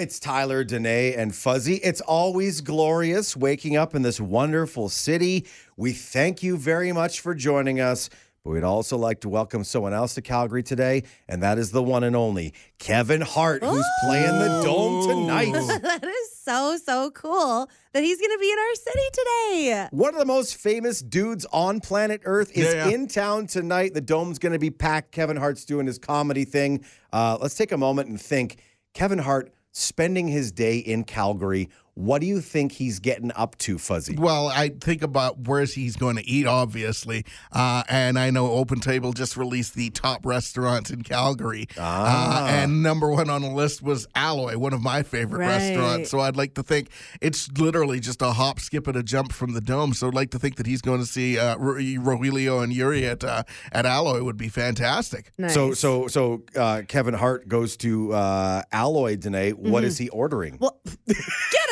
it's Tyler, Danae, and Fuzzy. It's always glorious waking up in this wonderful city. We thank you very much for joining us, but we'd also like to welcome someone else to Calgary today, and that is the one and only Kevin Hart, who's playing the Dome tonight. that is so, so cool that he's going to be in our city today. One of the most famous dudes on planet Earth is Yeah, yeah. in town tonight. The dome's going to be packed. Kevin Hart's doing his comedy thing. Uh, let's take a moment and think. Kevin Hart spending his day in Calgary. What do you think he's getting up to, Fuzzy? Well, I think about where he's going to eat, obviously, uh, and I know Open Table just released the top restaurants in Calgary, Ah. uh, and number one on the list was Alloy, one of my favorite Right. restaurants. So I'd like to think it's literally just a hop, skip, and a jump from the dome. So I'd like to think that he's going to see uh, Ro- Rogelio and Yuri at uh, at Alloy would be fantastic. Nice. So, so, so uh, Kevin Hart goes to uh, Alloy tonight. What is he ordering? Well, get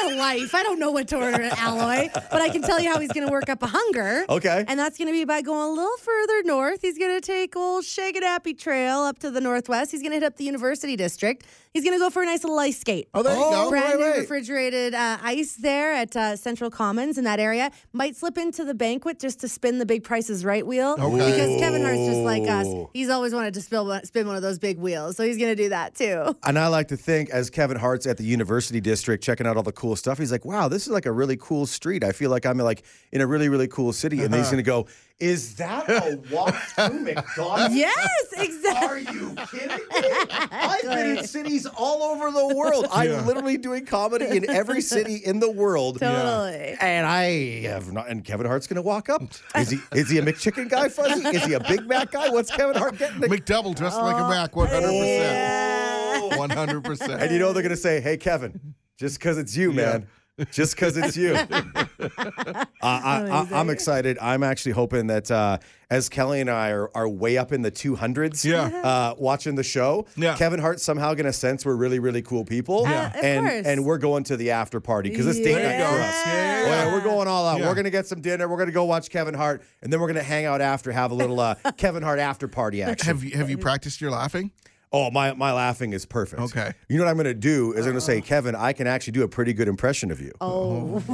a life. I don't know what to order at Alloy, but I can tell you how he's going to work up a hunger. okay. And that's going to be by going a little further north. He's going to take old Shagadappy Trail up to the northwest. He's going to hit up the University District. He's going to go for a nice little ice skate. Oh, there you Oh, go. right, brand right. new refrigerated uh, ice there at uh, Central Commons in that area. Might slip into the banquet just to spin the big prices right wheel Okay. because Kevin Hart's just like us. Ooh. He's always wanted to spill one, spin one of those big wheels, so he's going to do that too. And I like to think, as Kevin Hart's at the University District checking out all the cool stuff, he's like, "Wow, this is like a really cool street. I feel like I'm like in a really really cool city." And Uh-huh. then he's gonna go, "Is that a walk through McDonald's?" yes, exactly. Are you kidding me? I've been in cities all over the world. I'm literally doing comedy in every city in the world. Totally. And I have not. And Kevin Hart's gonna walk up. Is he? Is he a McChicken guy, Fuzzy? Is he a Big Mac guy? What's Kevin Hart getting? McDouble dressed like a Mac, one hundred percent, Oh, Yeah. one hundred percent. And you know they're gonna say, "Hey, Kevin, just because it's you, man, just because it's you." I, I, I, I'm excited. I'm actually hoping that uh, as Kelly and I are, are way up in the 200s, Yeah. uh, watching the show, Yeah. Kevin Hart's somehow gonna sense we're really, really cool people, Yeah. Uh, of and course. and we're going to the after party because it's date There you night go. for us. Yeah. Well, we're going all out. Yeah. We're gonna get some dinner. We're gonna go watch Kevin Hart, and then we're gonna hang out after, have a little uh, Kevin Hart after party action. Have you have you practiced your laughing? Oh, my my laughing is perfect. Okay. You know what I'm going to do is I'm going to say, Kevin, I can actually do a pretty good impression of you. Oh,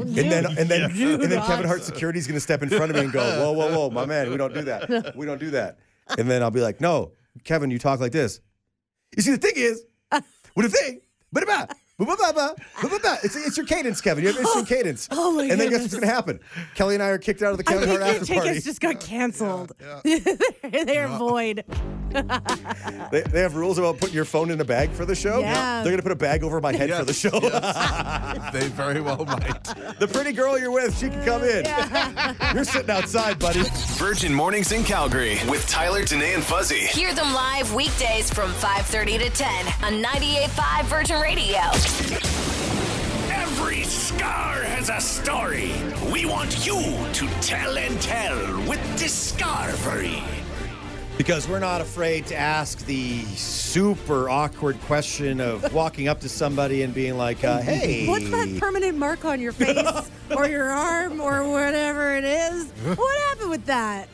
and then and then you and then rock. Kevin Hart security's going to step in front of me and go, "Whoa, whoa, whoa, my man, we don't do that. We don't do that." And then I'll be like, "No, Kevin, you talk like this." You see, the thing is, what the thing, but about. It's, it's your cadence, Kevin. You have instant cadence. oh my and then guess goodness. what's going to happen? Kelly and I are kicked out of the I Kevin think Hart the after party. tickets just got canceled. they're void. They, they have rules about putting your phone in a bag for the show. Yeah. They're going to put a bag over my head for the show. Yes. they very well might. The pretty girl you're with, she can come in. You're sitting outside, buddy. Virgin Mornings in Calgary with Tyler, Danae, and Fuzzy. Hear them live weekdays from 5:30 to 10 on 98.5 Virgin Radio. Every scar has a story. We want you to tell and tell with Discovery. Because we're not afraid to ask the super awkward question of walking up to somebody and being like, uh, hey. What's that permanent mark on your face or your arm or whatever it is? What happened with that?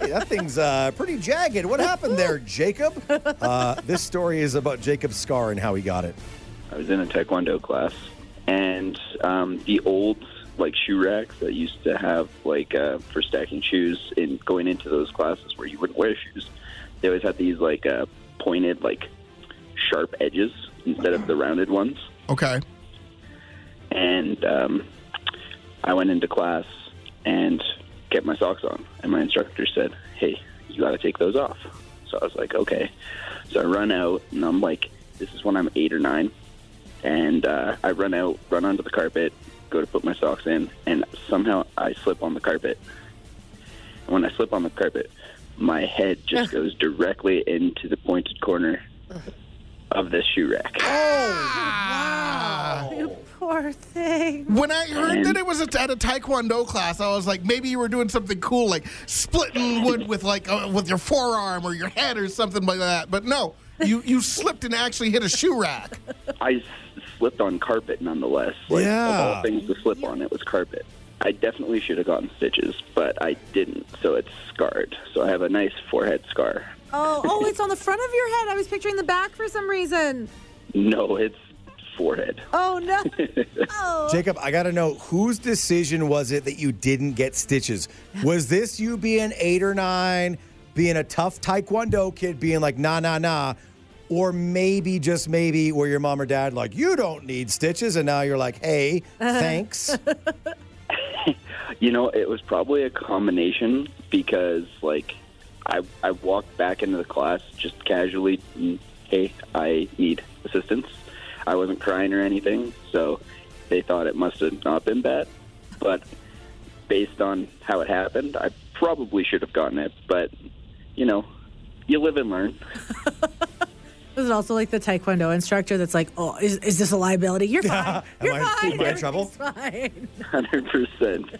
Hey, that thing's uh, pretty jagged. What happened there, Jacob? Uh, this story is about Jacob's scar and how he got it. I was in a taekwondo class, and um, the old like shoe racks that used to have like uh, for stacking shoes and going into those classes where you wouldn't wear shoes, they always had these like uh, pointed like sharp edges instead of the rounded ones. Okay. And um, I went into class and kept my socks on, and my instructor said, "Hey, you got to take those off." So I was like, "Okay." So I run out, and I'm like, "This is when I'm eight or nine and uh, I run out, run onto the carpet, go to put my socks in, and somehow I slip on the carpet. And when I slip on the carpet, my head just goes directly into the pointed corner of this shoe rack. Oh. You poor thing. When I heard that it was at at a taekwondo class, I was like, maybe you were doing something cool, like splitting wood with like uh, with your forearm or your head or something like that. But no, you you slipped and actually hit a shoe rack. I s- slipped on carpet nonetheless. Like, Of Yeah. all things to slip on, it was carpet. I definitely should have gotten stitches, but I didn't, so it's scarred. So I have a nice forehead scar. Oh, oh, it's on the front of your head. I was picturing the back for some reason. No, it's forehead. Oh no. Oh. Jacob, I got to know whose decision was it that you didn't get stitches? Was this you being eight or nine, being a tough Taekwondo kid, being like, nah, nah, nah? Or maybe, just maybe, where your mom or dad like, you don't need stitches. And now you're like, hey, thanks. You know, it was probably a combination because, like, I, I walked back into the class just casually. mm, Hey, I need assistance. I wasn't crying or anything, so they thought it must have not been bad. But based on how it happened, I probably should have gotten it. But, you know, you live and learn. Was it also like the Taekwondo instructor that's like, oh, is, is this a liability? You're fine. You're Am I- fine. am I in trouble? Everything's fine. 100%.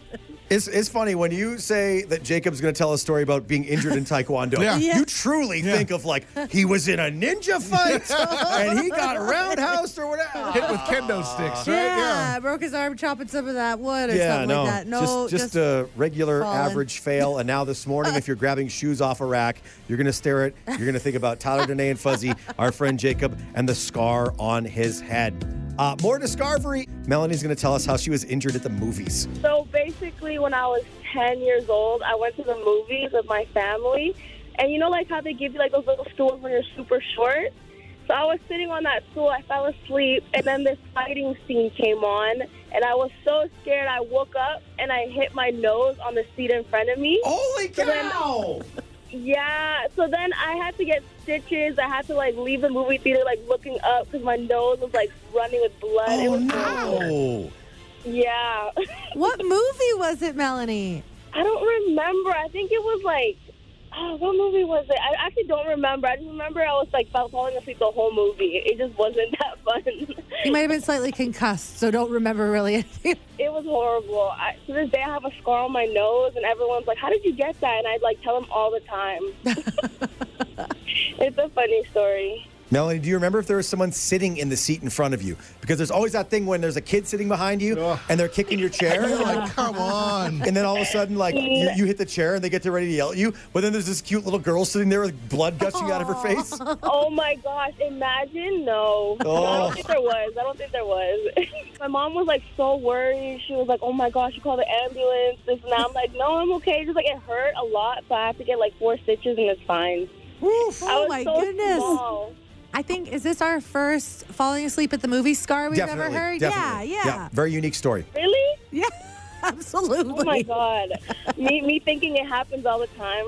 It's, it's funny when you say that Jacob's going to tell a story about being injured in taekwondo. Yeah. Yeah. You truly think of like he was in a ninja fight and he got roundhoused or whatever. Hit with kendo sticks, right? yeah, broke his arm chopping some of that wood or Yeah, something no, like that. No, just, just uh, a regular falling. average fail. And now this morning, if you're grabbing shoes off a rack, you're going to stare at, you're going to think about Tyler, Danae, and Fuzzy, our friend Jacob, and the scar on his head. Uh, more discovery. Melanie's going to tell us how she was injured at the movies. So basically, when I was 10 years old, I went to the movies with my family. And you know, like how they give you like those little stools when you're super short? So I was sitting on that stool, I fell asleep, and then this fighting scene came on. And I was so scared, I woke up and I hit my nose on the seat in front of me. Holy then- cow! Yeah, so then I had to get stitches. I had to like leave the movie theater, like looking up because my nose was like running with blood. it Oh was no! Yeah. what movie was it, Melanie? I don't remember. I think it was like, oh, what movie was it? I actually don't remember. I just remember I was like fell- falling asleep the whole movie. It just wasn't that fun. You might have been slightly concussed, so don't remember really anything. it was horrible. I, to this day, I have a scar on my nose, and everyone's like, "How did you get that?" And I like tell them all the time. it's a funny story. Melanie, do you remember if there was someone sitting in the seat in front of you? Because there's always that thing when there's a kid sitting behind you Ugh. and they're kicking your chair. and you're Yeah. like, Like, come on. and then all of a sudden, like you, you hit the chair and they get to ready to yell at you. But then there's this cute little girl sitting there with blood gushing out of her face. Oh my gosh! Imagine no. I Oh. don't think there was. I don't think there was. my mom was like so worried. She was like, "Oh my gosh, you call the ambulance." This and that. I'm like, "No, I'm okay." Just like it hurt a lot, so I have to get like four stitches, and it's fine. I oh was my so goodness. small. I think is this our first falling asleep at the movie scar we've definitely, ever heard? definitely. Yeah, yeah, Very unique story. Really? yeah, absolutely. Oh my god. me, me thinking it happens all the time.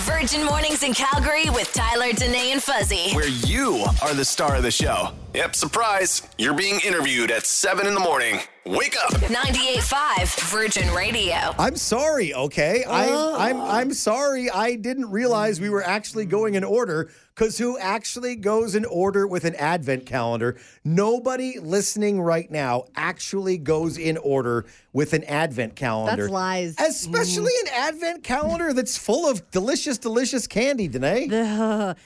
Virgin Mornings in Calgary with Tyler, Danae, and Fuzzy. where you are the star of the show. Yep, surprise. You're being interviewed at 7 in the morning. Wake up. 98.5 Virgin Radio. I'm sorry, okay? I, I'm Oh. I'm sorry. I didn't realize we were actually going in order. Cause who actually goes in order with an advent calendar? Nobody listening right now actually goes in order with an advent calendar. That's lies. Especially an advent calendar that's full of delicious, delicious candy, Danae.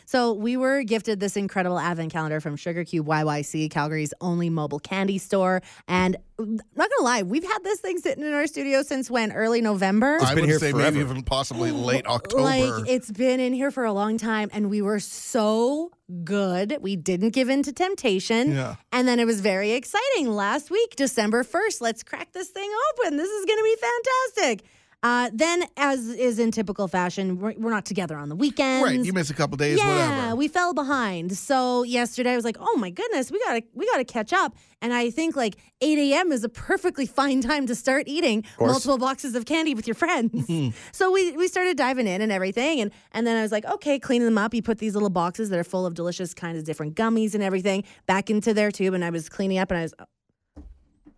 So we were gifted this incredible advent calendar from Sugar Cube YYC, Calgary's only mobile candy store. And I'm not gonna lie, we've had this thing sitting in our studio since when? Early November. I been would here say forever. maybe even possibly late October. Like it's been in here for a long time, and we were so good. We didn't give in to temptation. Yeah. And then it was very exciting last week, December 1st. Let's crack this thing open. This is going to be fantastic. Uh, then, as is in typical fashion, we're, we're not together on the weekends. right, you miss a couple days, yeah, whatever. we fell behind. So yesterday I was like, "Oh my goodness, we gotta we gotta catch up." And I think like 8 a.m. is a perfectly fine time to start eating multiple boxes of candy with your Mm-hmm. friends. so we we started diving in and everything, and and then I was like, "Okay, cleaning them up." You put these little boxes that are full of delicious kinds of different gummies and everything back into their tube, and I was cleaning up, and I was, "Oh,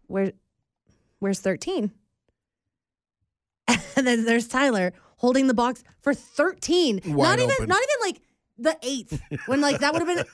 "Where, where's 13?" and then there's Tyler holding the box for 13. Wide not even open. not even like the eighth when like that would have been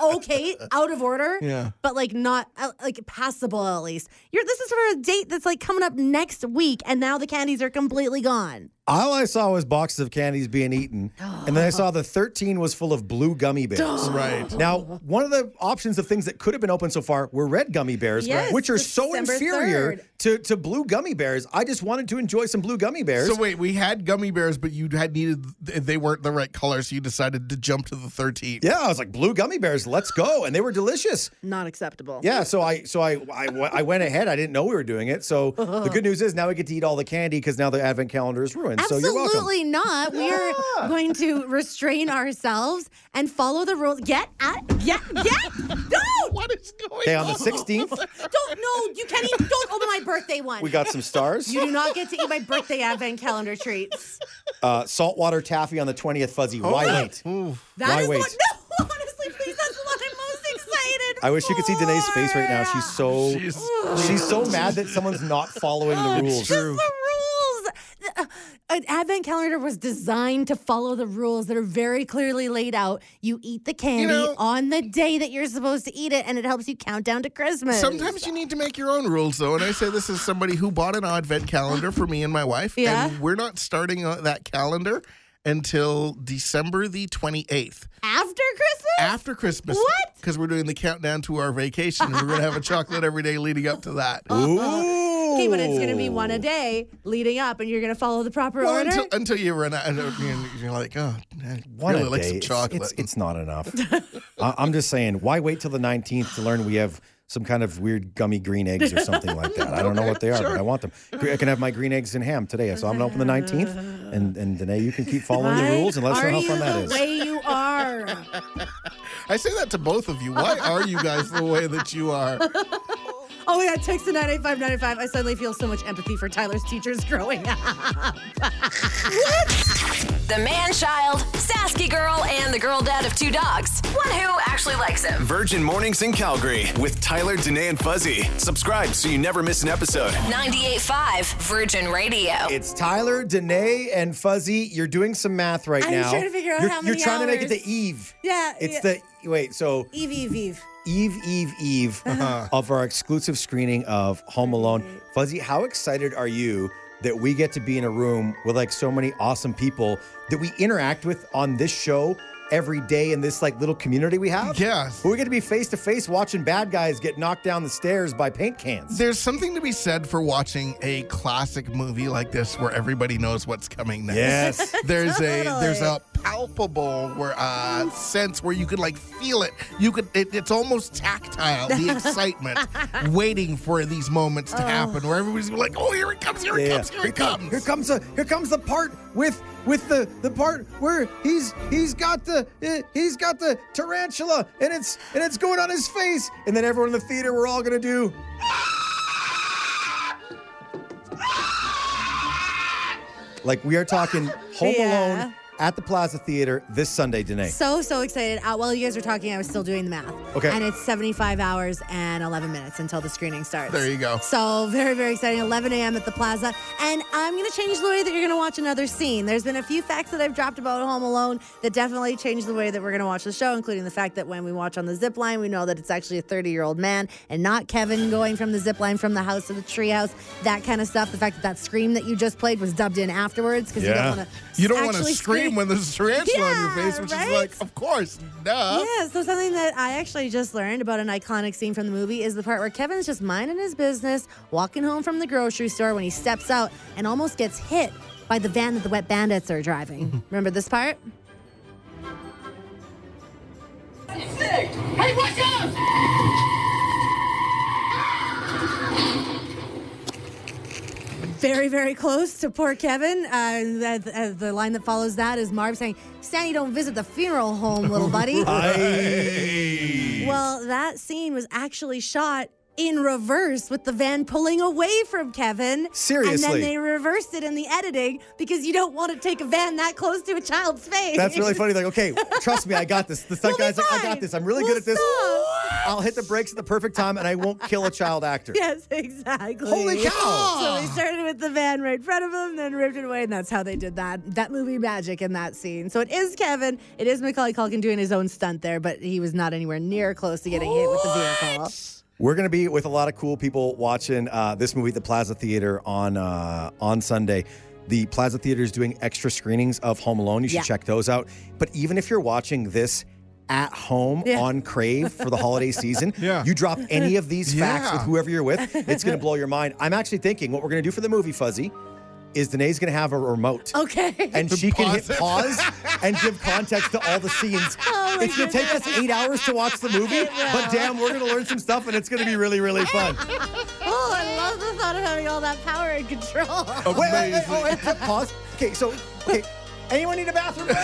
okay out of order Yeah. but like not uh, like passable at least you're this is for a date that's like coming up next week and now the candies are completely gone All I saw was boxes of candies being eaten. And then I saw the 13 was full of blue gummy bears. Right. Now, one of the options of things that could have been open so far were red gummy bears, Yes, which are so December inferior 3rd. to, to blue gummy bears. I just wanted to enjoy some blue gummy bears. So wait, we had gummy bears, but you had needed they weren't the right color, so you decided to jump to the 13. yeah, I was like, blue gummy bears, let's go. And they were delicious. Not acceptable. Yeah, so I so I, I w- I went ahead. I didn't know we were doing it. So the good news is now we get to eat all the candy because now the advent calendar is ruined. So you're welcome. Absolutely not. We're going to restrain ourselves and follow the rules. Get out. Get, get. Don't. What is going Okay, on? on the 16th, Don't. No, you can't even. Don't open my birthday one. we got some stars. you do not get to eat my birthday advent calendar treats. Uh, saltwater taffy on the 20th, fuzzy. Oh. Why wait? Why That is wait? the one. No, honestly, please, that's the one I'm most excited. I wish you could see Danae's face right now. She's so she's, She's- so mad that someone's not following the rules. Just the rules. The- uh, An advent calendar was designed to follow the rules that are very clearly laid out. You eat the candy know- on the day that you're supposed to eat it, and it helps you count down to Christmas. Sometimes you need to make your own rules, though. And I say this is somebody who bought an advent calendar for me and my wife. Yeah. And we're not starting uh, that calendar until December the 28th after Christmas. after Christmas. What? Because we're doing the countdown to our vacation. And we're going to have a chocolate every day leading up to that. Ooh. Okay, but it's going to be one a day leading up, and you're going to follow the proper Well, order. until, until you run out, and you're- you're like, oh, I One really a like day. some It's- chocolate. It's, it's not enough. I, I'm just saying, why wait till the 19th to learn we have some kind of weird gummy green eggs or something like that? I don't know what they are, but I want them. Gre- I can have my green eggs and ham today, so I'm gonna open the 19th. And and Danae, you can keep following the Why rules and let us are know how you fun that the is. way you are? I say that to both of you. Why are you guys the way that you are? Oh, yeah, text to 98595. I suddenly feel so much empathy for Tyler's teachers growing up. The man child, Sasky girl, and the girl dad of two dogs. One who actually likes him. Virgin Mornings in Calgary with Tyler, Danae, and Fuzzy. Subscribe so you never miss an episode. 98.5 Virgin Radio. It's Tyler, Danae, and Fuzzy. You're doing some math right I'm now. trying to figure out you're, how You're many trying to make it hours. to Eve. Yeah, It's yeah. the wait. So Eve, Eve, Eve. Eve, Eve, Eve Uh-huh. of our exclusive screening of Home Alone. Fuzzy, how excited are you that we get to be in a room with like so many awesome people that we interact with on this show every day in this like little community we have? Yes. We're going to be face to face watching bad guys get knocked down the stairs by paint cans. There's something to be said for watching a classic movie like this where everybody knows what's coming next. Yes. There's a there's Totally. a palpable where uh, sense where you could like feel it. You could it, it's almost tactile the excitement waiting for these moments Oh. to happen where everybody's like, "Oh, here it comes, here it comes, here it comes." Here comes the here comes the part with with the the part where he's he's got the eh, he's got the tarantula and it's and it's going on his face and then everyone in the theater we're all gonna do like we are talking Home Yeah. Alone at the Plaza Theater this Sunday, Danae. So, so excited. Uh, while you guys were talking, I was still doing the math. Okay. And it's 75 hours and 11 minutes until the screening starts. There you go. So, very, very exciting. 11 a.m. at the plaza. And I'm going to change the way that you're going to watch another scene. There's been a few facts that I've dropped about Home Alone that definitely changed the way that we're going to watch the show, including the fact that when we watch on the zip line, we know that it's actually a 30 year old man and not Kevin going from the zip line from the house to the treehouse, that kind of stuff. The fact that that scream that you just played was dubbed in afterwards because Yeah. you don't want to You don't want to scream when there's a tarantula on your Yeah, face, which right? is like, of course, duh. Yeah, so something that I actually just learned about an iconic scene from the movie is the part where Kevin's just minding his business, walking home from the grocery store when he steps out and almost gets hit by the van that the wet bandits are driving. Remember this part? Hey, watch out! Very, very close to poor Kevin. Uh, the, uh, the line that follows that is Marv saying, Sandy, don't visit the funeral home, little buddy. Well, that scene was actually shot in reverse with the van pulling away from Kevin. And Seriously? then they reversed it in the editing because you don't want to take a van that close to a child's face. That's really funny. Like, okay, trust me, I got this. The We'll be guy's like, I got fine. this. I'm really We'll good at this. stop." I'll hit the brakes at the perfect time and I won't kill a child actor. Yes, exactly. Holy cow! So we started with the van right in front of him, then ripped it away, and that's how they did that. That movie magic in that scene. So it is Kevin. It is Macaulay Culkin doing his own stunt there, but he was not anywhere near close to getting hit with the vehicle. We're going to be with a lot of cool people watching uh, this movie at the Plaza Theater on uh, on Sunday. The Plaza Theater is doing extra screenings of Home Alone. You should Yeah. check those out. But even if you're watching this at home Yeah. on Crave for the holiday season, Yeah. you drop any of these facts Yeah. with whoever you're with, it's going to blow your mind. I'm actually thinking what we're going to do for the movie, Fuzzy, is Danae's going to have a remote Okay. and she can Pause hit it. pause and give context to all the scenes. Oh my it's going to take us eight hours to watch the movie, but damn, we're going to learn some stuff and it's going to be really, really fun. oh, I love the thought of having all that power and control. Wait, wait, wait, oh, wait, pause. Okay, so, okay, anyone need a bathroom break?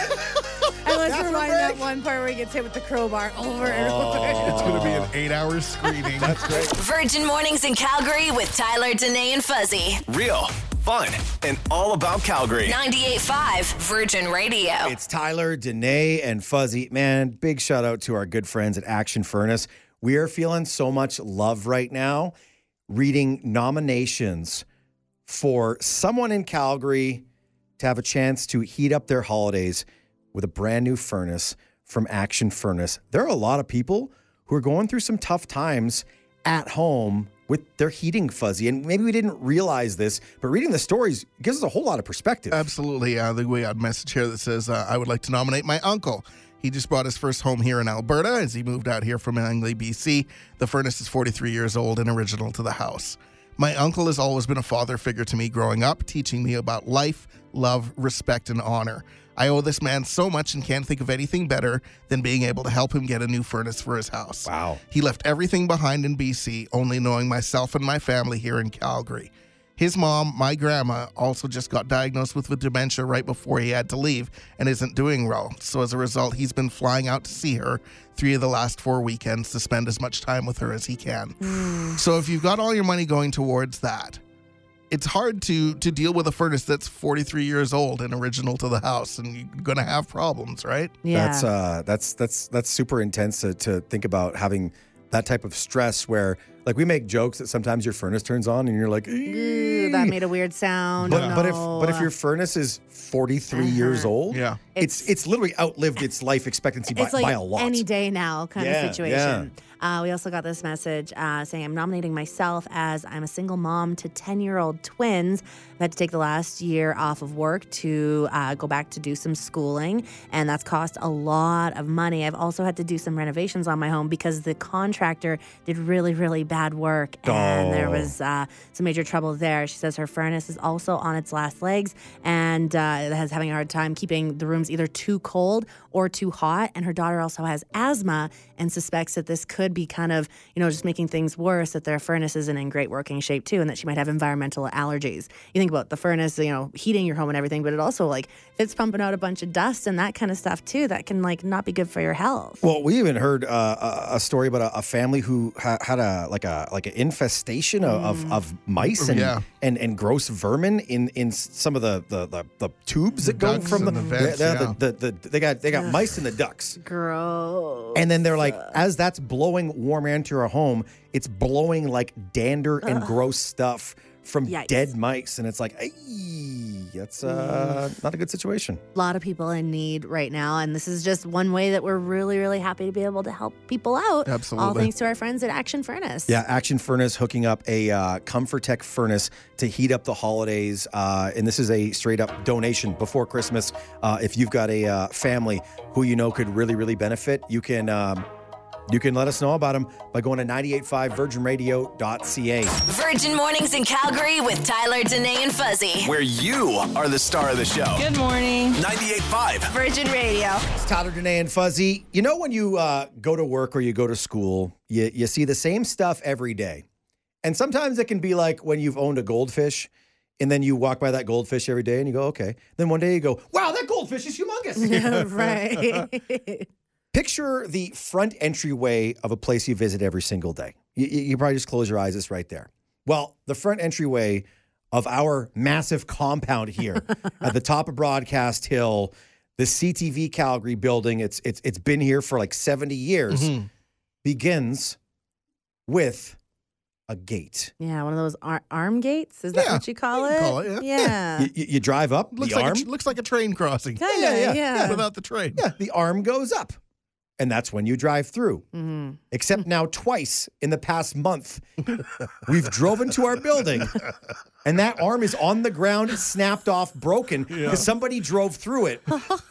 I was Bathroom reminded that break. one part where he gets hit with the crowbar over and over. Oh. It's going to be an eight-hour screening. That's great. Virgin Mornings in Calgary with Tyler, Danae, and Fuzzy. Real, fun, and all about Calgary. 98.5 Virgin Radio. It's Tyler, Danae, and Fuzzy. Man, big shout out to our good friends at Action Furnace. We are feeling so much love right now, reading nominations for someone in Calgary to have a chance to heat up their holidays with a brand new furnace from Action Furnace. There are a lot of people who are going through some tough times at home with their heating fuzzy. And maybe we didn't realize this, but reading the stories gives us a whole lot of perspective. Absolutely. Uh, the way got a message here that says, uh, I would like to nominate my uncle. He just bought his first home here in Alberta as he moved out here from Langley, BC. The furnace is 43 years old and original to the house. My uncle has always been a father figure to me growing up, teaching me about life, love, respect, and honor. I owe this man so much and can't think of anything better than being able to help him get a new furnace for his house. Wow. He left everything behind in BC, only knowing myself and my family here in Calgary. His mom, my grandma, also just got diagnosed with dementia right before he had to leave and isn't doing well. So, as a result, he's been flying out to see her three of the last four weekends to spend as much time with her as he can. so, if you've got all your money going towards that, it's hard to to deal with a furnace that's 43 years old and original to the house, and you're gonna have problems, right? Yeah. That's uh that's that's that's super intense to, to think about having that type of stress where like we make jokes that sometimes your furnace turns on and you're like Ooh, that made a weird sound. but, but if No. Uh-huh. but if your furnace is 43 years old Yeah. it's, it's literally outlived its life expectancy by, it's like by a lot any day now kind Yeah, of situation. Uh, we also got this message uh, saying, I'm nominating myself as I'm a single mom to 10 year old twins. I've had to take the last year off of work to uh, go back to do some schooling, and that's cost a lot of money. I've also had to do some renovations on my home because the contractor did really, really bad work, and there Oh. was uh, some major trouble there. She says her furnace is also on its last legs and uh, has having a hard time keeping the rooms either too cold or too hot. And her daughter also has asthma and suspects that this could be kind of, you know, just making things worse that their furnace isn't in great working shape too, and that she might have environmental allergies. You think about the furnace, you know, heating your home and everything, but it also like if it's pumping out a bunch of dust and that kind of stuff too, that can like not be good for your health. well we even heard uh, a, a story about a, a family who ha- had a like a like an infestation of, Mm. of, of mice and, Yeah. and and gross vermin in in s- some of the the, the, the tubes that go ducts from and the vents, yeah, yeah. the, the, the, they got they got mice in the ducks Gross. And then they're like, as that's blowing warm air into your home, it's blowing like dander and gross stuff from Yikes. dead mice. And it's like, "Ay, that's uh, Mm. not a good situation. lot of people in need right now. And this is just one way that we're really, really happy to be able to help people out. All Absolutely. thanks to our friends at Action Furnace. Yeah, Action Furnace hooking up a uh, Comfortech furnace to heat up the holidays. Uh, and this is a straight up donation before Christmas. Uh, if you've got a uh, family who you know could really, really benefit, you can. Um, you can let us know about them by going to 985virginradio.ca. Virgin Mornings in Calgary with Tyler, Danae, and Fuzzy. Where you are the star of the show. Good morning. 98.5. Virgin Radio. Tyler, Danae, and Fuzzy. You know when you uh, go to work or you go to school, you, you see the same stuff every day. And sometimes it can be like when you've owned a goldfish and then you walk by that goldfish every day and you go, okay. Then one day you go, wow, that goldfish is humongous. right. Picture the front entryway of a place you visit every single day. You, you, you probably just close your eyes, it's right there. Well, the front entryway of our massive compound here at the top of Broadcast Hill, the CTV Calgary building, it's, it's, it's been here for like 70 years, Mm-hmm. begins with a gate. yeah, one of those ar- arm gates. Is that Yeah, what you call you it? can call it, yeah. You, you- you drive up, Uh. Looks the like arm, A, tr- looks like a train crossing Kind of, Yeah, yeah. yeah, without the train. yeah, the arm goes up. and that's when you drive through. Mm-hmm. Hmm. Except now, twice in the past month, we've driven to our building, and that arm is on the ground, snapped off, broken because somebody drove through it.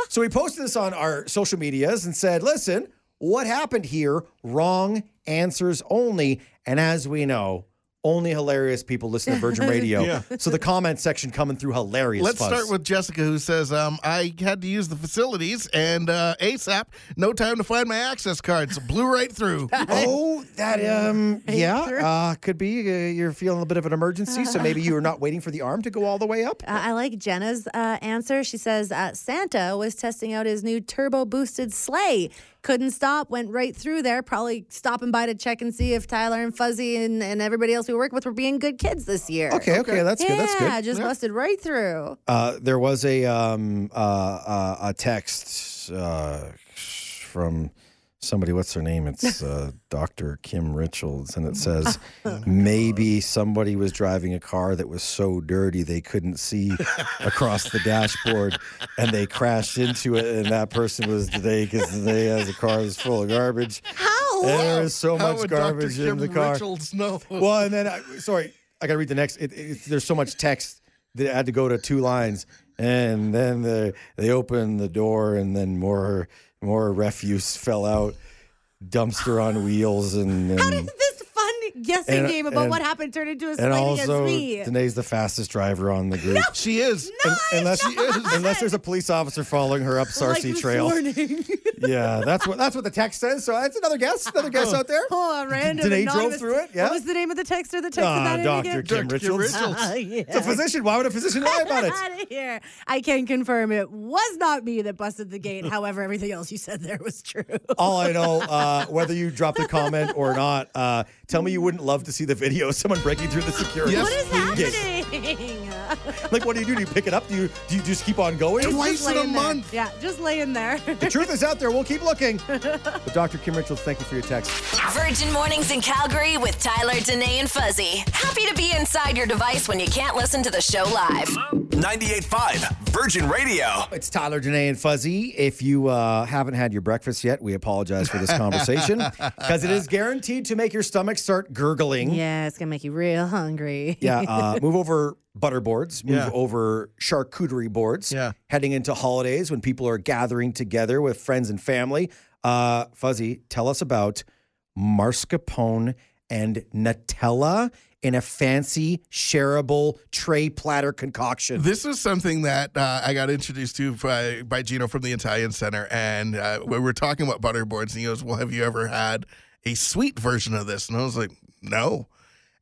so we posted this on our social medias and said, "Listen, what happened here? Wrong answers only." And as we know. Only hilarious people listen to Virgin Radio. Yeah. So the comment section coming through hilarious. Let's fuzz. start with Jessica, who says, um, I had to use the facilities and uh, ASAP. No time to find my access cards. Blew right through. Oh, that um, yeah, through. uh, could be. Uh, you're feeling a bit of an emergency, so maybe you were not waiting for the arm to go all the way up. Uh, I like Jenna's uh, answer. She says uh, Santa was testing out his new turbo boosted sleigh. Couldn't stop, went right through there, probably stopping by to check and see if Tyler and Fuzzy and, and everybody else we work with were being good kids this year. Okay, okay, that's yeah, good. That's good. just busted right through. Uh, there was a um, uh, uh, a text uh, from somebody. What's her name? It's uh, Dr. Kim Richards, and it says maybe somebody was driving a car that was so dirty they couldn't see across the dashboard, and they crashed into it. And that person was today because today has a car that's full of garbage. How? And there is so How much would garbage Dr. in Kim the car. Richards know? Well, and then I, sorry, I got to read the next. It, it, there's so much text that I had to go to two lines, and then the, they opened the door, and then more more refuse fell out, dumpster on wheels, and and, How did this fun guessing And- game about and- what happened turn into a and slight also against me? Danae's the fastest driver on the group. she is. Un- unless unless there's a police officer following her up Like Sarcy this Trail. morning. Yeah, that's what that's what the text says. So that's another guess, another guess out there. oh, a random. Danae drove anonymous- through it, yeah. What was the name of the texter that texted Ah, that in Dr. again? Kim Dr. Kim Richards. Richards. Ah, yeah. It's a physician. Why would a physician lie about it? out of here. I can confirm it was not me that busted the gate. However, everything else you said there was true. All I know, uh, whether you dropped a comment or not, uh, tell me you wouldn't love to see the video of someone breaking through the security. Yes, what is gate. happening? Like, what do you do? Do you pick it up? Do you do you just keep on going? Twice Just in a laying there. month. Yeah, just laying there. the truth is out there. We'll keep looking. But Dr. Kim Richards, thank you for your text. Virgin Mornings in Calgary with Tyler, Danae, and Fuzzy. Happy to be inside your device when you can't listen to the show live. 98.5 Virgin Radio. It's Tyler, Danae, and Fuzzy. If you uh, haven't had your breakfast yet, we apologize for this conversation because it is guaranteed to make your stomach start gurgling. yeah, it's gonna make you real hungry. Yeah, uh, move over butter boards, move Yeah. over charcuterie boards. Yeah. Heading into holidays when people are gathering together with friends and family. Uh, Fuzzy, tell us about mascarpone and Nutella in a fancy shareable tray platter concoction. This is something that uh, I got introduced to by, by Gino from the Italian Center, and uh, we were talking about butterboards, and he goes, "Well, have you ever had a sweet version of this?" And I was like, "No."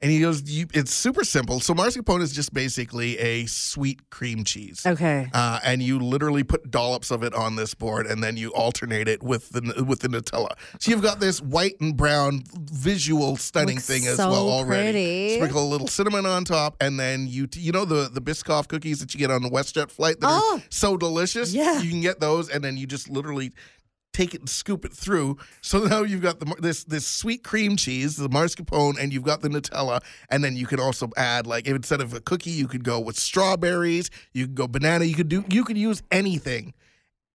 And he goes, you, "It's super simple. So mascarpone is just basically a sweet cream cheese." Okay. Uh, and you literally put dollops of it on this board, and then you alternate it with the with the Nutella. So you've got this white and brown visual stunning Looks thing as so well already. pretty. Sprinkle a little cinnamon on top, and then you t- you know the the Biscoff cookies that you get on the WestJet flight that Oh. are so delicious. Yeah. you can get those, and then you just literally. Take it and scoop it through. So now you've got the mar- this this sweet cream cheese, the mascarpone, and you've got the Nutella, and then you can also add like if instead of a cookie, you could go with strawberries, you could go banana, you could do you could use anything,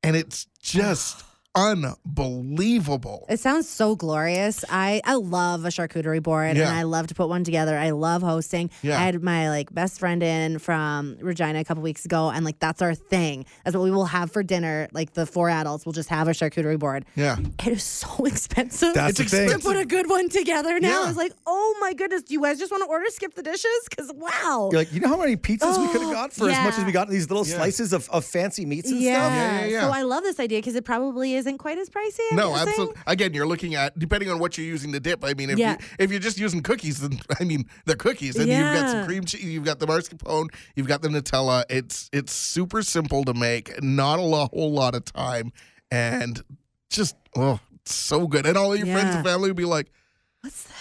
and it's just unbelievable. It sounds so glorious. I, I love a charcuterie board Yeah. and I love to put one together. I love hosting. Yeah. I had my like best friend in from Regina a couple weeks ago and like that's our thing. That's what we will have for dinner. Like the four adults will just have a charcuterie board. Yeah, It is so expensive. That's It's the thing. to put a good one together now. Yeah. I was like, oh my goodness, do you guys just want to order skip the dishes? Because wow. You're like, you know how many pizzas we could have Oh, got for as much as yeah. we got these little Yeah. slices of, of fancy meats and yeah. stuff? Yeah, yeah, yeah. So I love this idea because it probably isn't quite as pricey. I'm no, guessing. absolutely. Again, you're looking at depending on what you're using to dip. I mean, if Yeah. you, if you're just using cookies, then I mean they're cookies, and you've got Yeah. some cream cheese, you've got the mascarpone, you've got the Nutella. It's it's super simple to make, not a lo- whole lot of time, and just oh, it's so good. And all of your friends Yeah. and family would be like,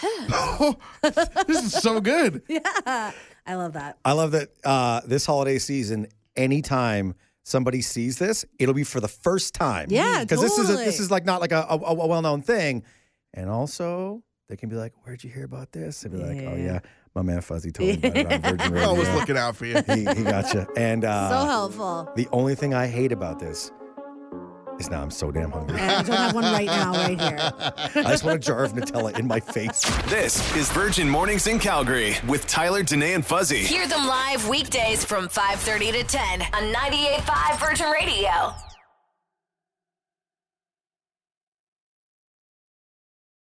"What's that? Oh, this is so good." Yeah. I love that. I love that uh, this holiday season, anytime somebody sees this, it'll be for the first time. Yeah, because this is a, this totally. is like not like a, a, a well known thing, and also they can be like, "Where'd you hear about this?" And be like, "Oh Yeah. yeah, my man Fuzzy told me about it on Virgin I was Radio. looking out for you. he, he gotcha." And uh, so helpful. the only thing I hate about this is now I'm so damn hungry. And I don't have one right now, right here. I just want a jar of Nutella in my face. This is Virgin Mornings in Calgary with Tyler, Danae, and Fuzzy. Hear them live weekdays from 5:30 to 10 on 98.5 Virgin Radio.